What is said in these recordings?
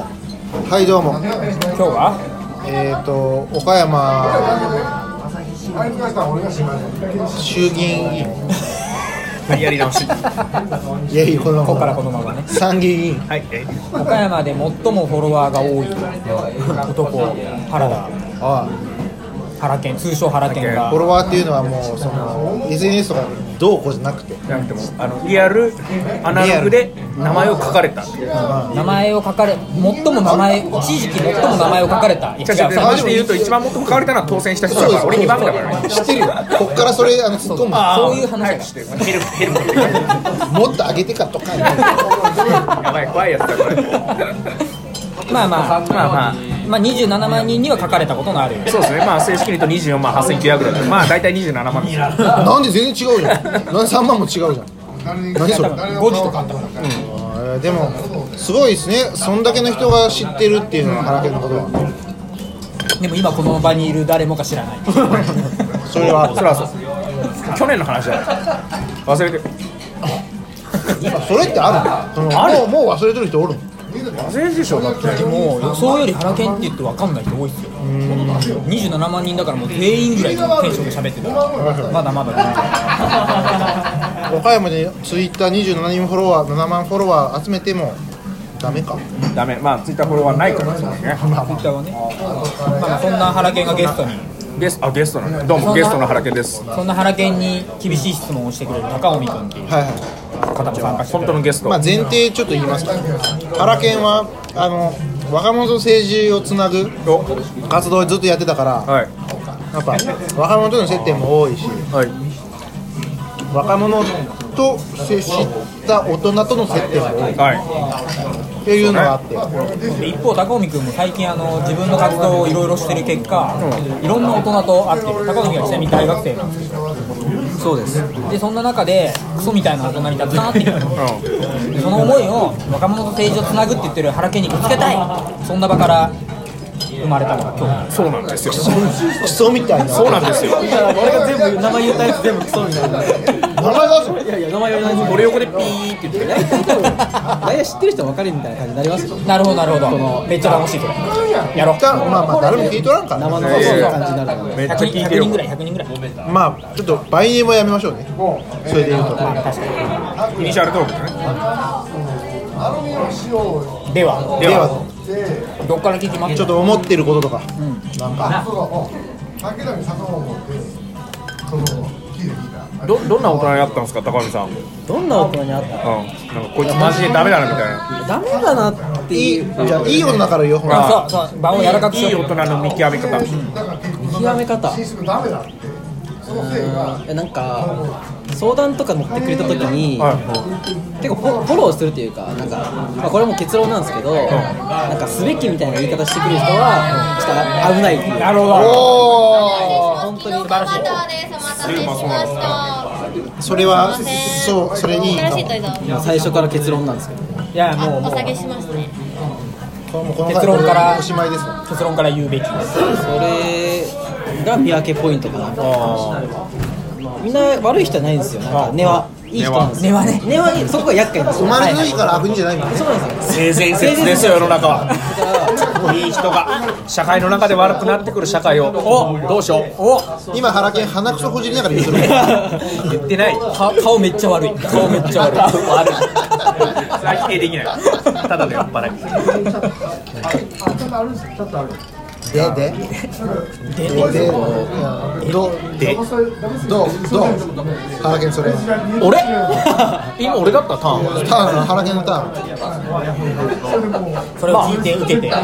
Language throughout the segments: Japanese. はいどうも今日はえっ、と岡山衆議院議員はい、やり直し。いやいやこのここからこのままね参議院議員はい、え岡山で最もフォロワーが多い男原田あ原健通称原健あがフォロワーっていうのはもうその SNS とかどうこうじゃなくてじゃなくても、あの、リアル、アナログで名前を書かれた。じ名前を書かれ最も名前一時期最も名前を書かれたいやゃあ、ちょっと、違うマジで言うと、一番最も書かれたのは当選した人だから、俺2番目だからね。知ってるよこっからそれあの突っ込むあそういう話早くして、ヘルプ、ヘルプ。やもっと上げてかとかばい、怖いやつだ、これ。まあまあまあまあ。まあ27万人には書かれたことのあるそうですね、まあ、正式に言うと24万8900ぐらいだ。まあ、大体27万です。なんで全然違うじゃんなんで3万も違うじゃん何それ5時とかあったからあーでもすごいですねそんだけの人が知ってるっていうのは原家のことはでも今この場にいる誰もが知らないそれはあるそれはそう。去年の話だよ。忘れてる。それってあるのそのあるもうもう忘れてる人おるの忘れるでしょ、だって。もう予想より原研って言って分かんない人多いっすよ27万人だからもう全員ぐらいのテンションで喋ってたまだまだだ岡山でツイッター27人フォロワー7万フォロワー集めてもダメかダメ。まあ、ツイッターこれはないから、そうですね。ツイッターはね、まあまあ、そんな原研がゲストにゲスト、あ、ゲストなんだ。どうも、ゲストの原健です。そんな原研に厳しい質問をしてくれる高尾美君っていうはいは方も参加して本当のゲスい、トまあ、。前提ちょっと言いますか原研はあの若者と政治をつなぐお活動をずっとやってたからはい。やっぱ若者との接点も多いしはい。若者と接した大人との接点も多いはい。っていうのがあってで一方高尾美君も最近あの自分の活動をいろいろしてる結果、いろんな大人と会ってる高尾美君はちなみに大学生なんですけどそうですでそんな中でクソみたいな大人にたくさん会ってきたのでその思いを若者と政治をつなぐって言ってる原家にぶつけたいそんな場から生まれたのが今日そうなんですよ。クソみたいなそうなんですよ。俺が全部名前言ったやつ全部クソみたいな。い名前出すやいや名前言わない。俺横でピーって言って。大体でも大体知ってる人は分かるみたいな感じになりますよ。 なるほどなるほどめっちゃ楽しいこれやろうたまあまあ誰も聞いとらんからね生のそういう感じになるので。めっちゃ聞いて100る人。ぐらい100人ぐらいまあちょっと倍円はやめましょうねそれで言うとイニシャルトークでね。ではででは、はどっから聞きますちょっと思ってることとかなんかど、どんな大人になったんですか、高見さん。うん。どんな大人に会っなんかこいつマジでダメだなみたいな。た？ダメだなっていいいうじゃあいい女からよほらあそうそう場を柔らかくいしいよう大人の見極め方。見極め方。うんいやなんか相談とか乗ってくれた時に。は結構フォフォローするというか、なんか、まあ、これも結論なんですけど、なんかすべきみたいな言い方してくる人は、ちょっと危ないっていう。なるほどお本当にお待たせしました。ーそれはすいませんそうそれいいか新もしいトイレをもう最初から結論なんですけど。いやもうもおう下げしますね。もうこの結論からおしまいですね結論から言うべきですそれが見分けポイントかなみんな悪い人はないんですよなんか根はいい人なんですよ根はね根はねそこが厄介なんで生すよまれはのいいから悪いんじゃないみたいそうなんですよ性善説ですよ、世の中は。いい人が。社会の中で悪くなってくる社会を。お、どうしよう。お、な今原研鼻くそこじりながら言うとる言ってない。か顔めっちゃ悪い顔めっちゃ悪いそれは否定できない。ただの酔っ払い。でででででどうで、どうどう原研それ俺。今俺だったターン。ターン原研のターンそれを聞いて受けて、押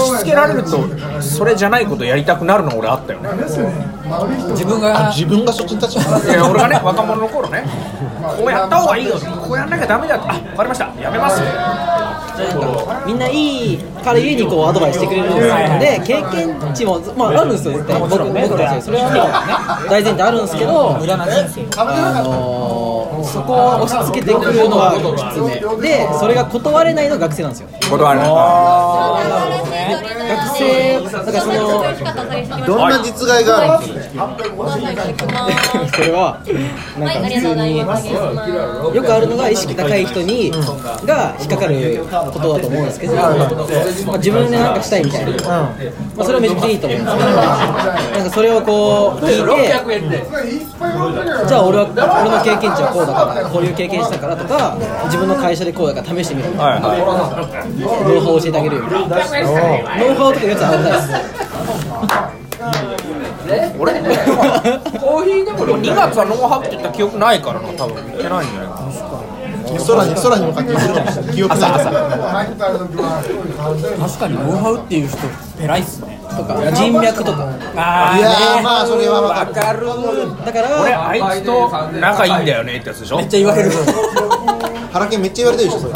し付けられるとそれじゃないことやりたくなるの俺あったよね自分が自分がそっちに立っちゃいや俺がね若者の頃ねこうやった方がいいよこうやんなきゃダメだってあ分かりましたやめます みんないいからゆえにこうアドバイスしてくれるんですよで経験値も、まあ、あるんですよ絶対僕僕たちそれはもう大前提あるんですけど無駄な人生あのそこを押し付けてくるのはきつめでそれが断れないのが学生なんですよ断る学生だからそのどんな実害があるんですかそれはなんか普通によくあるのが意識高い人にが引っかかることだと思うんですけど、まあ、自分でなんかしたいみたいな、まあ、それはめちゃくちゃいいと思うんですけどなんかそれをこう聞いてじゃあ俺は俺の経験値はこうだからこういう経験したからとか自分の会社でこうだから試してみるみたいな、ノウハウを教えてあげるよみたいなノウハウとかいうやつはあったんです俺2月はノーハウって言った記憶ないからな多分言ってないんじゃないかな空に空に向かって行くの記憶ない確かにノウハウっていう人偉いっすねとか人脈とかあいやーまあそれはわかるかるだから俺あいつと仲いいんだよねってやつでしょめっちゃ言われる原研めっちゃ言われてるでしょそれ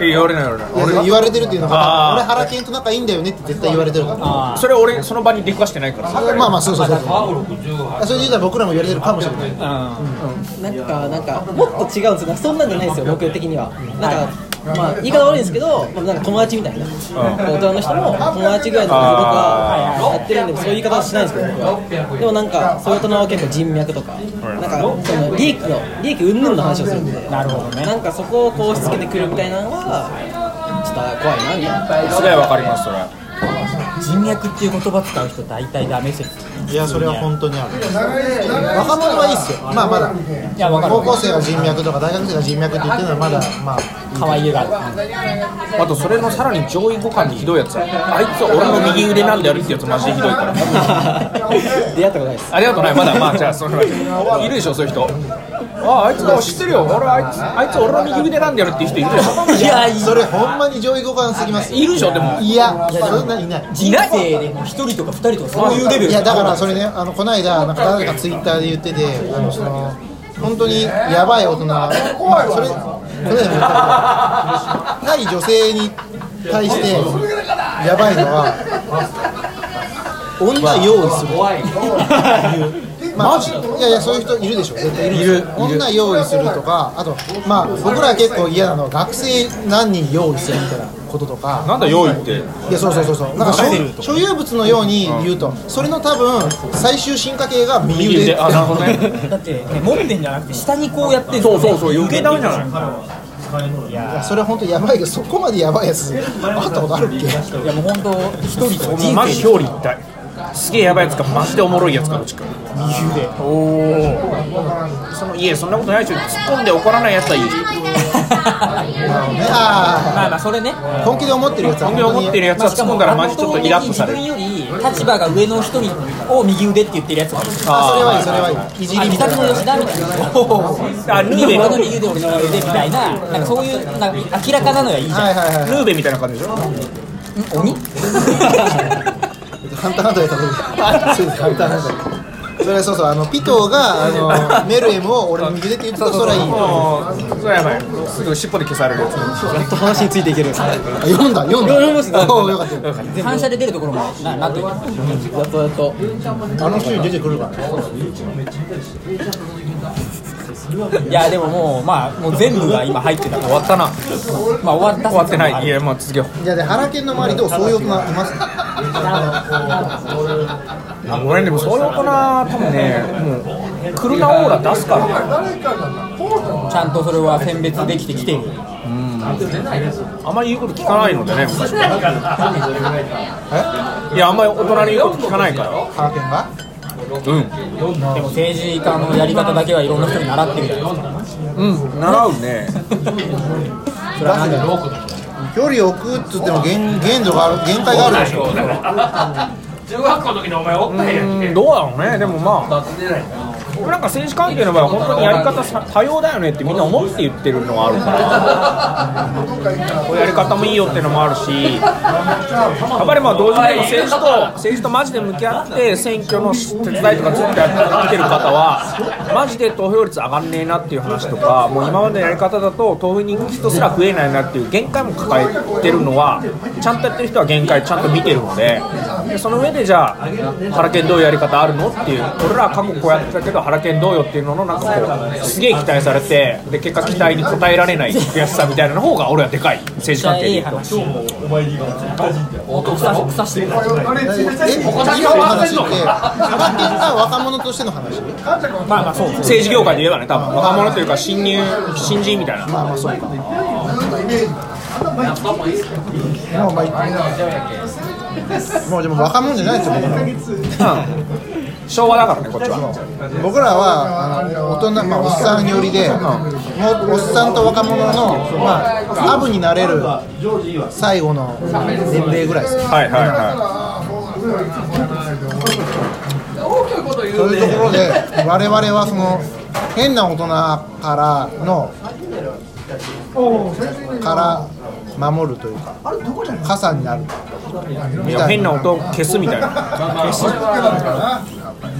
え言われない言われない俺言われてるっていうのあはー俺原研と仲いいんだよねって絶対言われてるからあそれ俺その場に出くわしてないからさまあまあそうそうそうそうそれで言うたら僕らも言われてるかもしれないなんか、なんか、もっと違うんですよなんか、そんなんじゃないですよ、僕的には。なんか、まあ、言い方悪いんですけど、まあなんか友達みたいな、大人の人も友達ぐらいのこと僕はやってるんで、そういう言い方はしないんですけど、僕は。でもなんか、そういう大人は結構人脈とか、なんか、その利益の、利益云々の話をするんで、あなるほどねなんかそこをこう押し付けてくるみたいなのは、ちょっと怖いな、みたいな。すげえわかりますそれ人脈っていう言葉使う人大体ダメ説いやそれは本当にある若者はいいっすよまあまだいやわかる高校生が人脈とか大学生が人脈って言ってるのはまだまあ可愛いが あるあとそれのさらに上位互換でひどいやつあいつは俺の右腕なんだよねってやつマジでひどいから 出会ったことないです。ありがとうねまだまあじゃあそのいるでしょそういう人ああいつが知ってるよ俺あいつあいつ俺の右腕なんだよねっていう人いるでしょいやいそれほんまに上位互換すぎますいるでしょでもいやそんなにいない人生でも一人とか二人とかそういうレベルいやだからそれねあのこの間なんか誰かツイッターで言っててあのその本当にやばい大人まあそれこの間も言ったけど対女性に対してやばいのは女用意するまあ、いやいやそういう人いるでしょ絶対いるでしょ女用意するとかあとまあ僕らは結構嫌なのは学生何人用意するみたいなこととかなんだ用意っていやそうそうそうそうなんか所所有物のように言うと、それの多分最終進化系が右右腕腕あなるほ どねだって、ね、持ってんじゃなくて下にこうやってるそうそうそう余計ダメじゃないいやそれ本当やばいけどそこまでやばいやつあったことあるっけいやもう本当一人とか人マ生ジ表裏一体すげえやばいやつかマジでおもろいやつかどっちか右腕そのいやそんなことないでしょ突っ込んで怒らないやつはいいねあ まあまあそれねあ本気で思ってるやつは本気で思ってるやつは突っ込んだらマジちょっとイラッとされる自分より立場が上の人にを右腕って言ってるやつがいるあそれはいいそれはいいいじあり三みたい宅なの吉田みたいなああルルーベーベの右腕俺の右腕みたいななんかそういうなんか明らかなのがいいじゃん、はいはいはいルーベみたいな感じでしょん 鬼ハンターハンターで食べるそうですハンターハンター でそれそうそうあのピトーがあのメルエムを俺の右腕って言ってたらそれはいいああそれやばいすぐ尻尾で消されるやつやっと話についていけるんですね。あ読んだ読んだ読みましたおーよかったよかっ反射で出るところもななんというのやっとやっと。たあの人に出てくるからねいやでももうまあもう全部が今入ってたから終わったなまあ終わった終わってないいやまあ続けよいやで原研の周りどうそういう大人いますう俺でもそういう大人多分ねもうクルナオーラ出すからちゃんとそれは選別できてきてるあんまり言うこと聞かないのでね昔えいやあんまり大人に言うこと聞かないから原研がうでも政治家のやり方だけはいろんな人に習ってるじゃないですかんうん習うね距離を置くっつっても限限度がある限界があるでしょ中学校の時にお前おったんやんうんどうだろうねでもまあでもなんか政治関係の場合は本当にやり方さ多様だよねってみんな思って言ってるのがある からこういうやり方もいいよってのもあるしやっぱりまあ同時にでも政治と政治とマジで向き合って選挙の手伝いとかずっとやってきてる方はマジで投票率上がんねえなっていう話とかもう今までのやり方だと投票に行く人すら増えないなっていう限界も抱えてるのはちゃんとやってる人は限界ちゃんと見てるのででその上でじゃあ原研どういうやり方あるのっていう俺らは過去こうやってたけど原原研どうよっていうののなんかこうすげえ期待されてで結果期待に応えられない悔しさみたいなの方が俺はでかい政治関係いでい言うと話草草してるえ今の話って原研が若者としての話まあまあそう政治業界で言えばね多分若者というか新入新人みたいなまあまあそうか。もうまあもうでも若者じゃないですよ僕ら昭和だからねこっちは僕らはあの大人、まあ、おっさん寄りで、もうおっさんと若者の、まあ、アブになれる最後の年齢ぐらいですよはいはいはそういうところで我々はその変な大人からのから守るというか傘になるいいや変な音を消すみたいな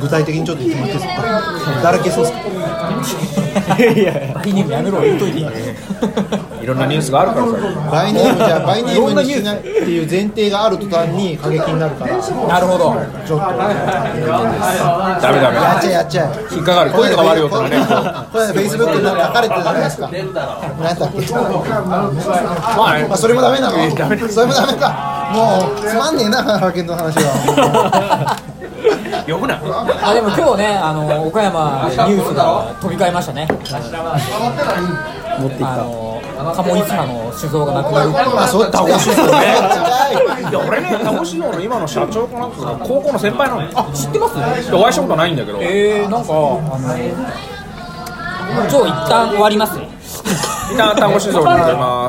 具体的にちょっと言ってもらっていいですか誰消そうっすか バイネームやめろ言っといていろんなニュースがあるからさバイネームじゃバイネームにしないっていう前提がある途端に過激になるからちょっなるほど とダメダメやっちゃえやっちゃえ引っかかる声とか悪い音がねこれフェイスブックに書かれてるじゃないですか何だっけまあねまあそれもダメなのそれもダメかもうつまんねえな原研の話は よくないあでも今日ねあの岡山でニュースが飛び交いましたね持ってきたあの鴨一派の酒造がなくなるってあそうだおしいですよねいや俺ね鹿児島の今の社長かなんかが高校の先輩なのよあ知ってますでお会いしたことないんだけどえー、なんか、あの今日一旦終わります。一旦単語指導に行きます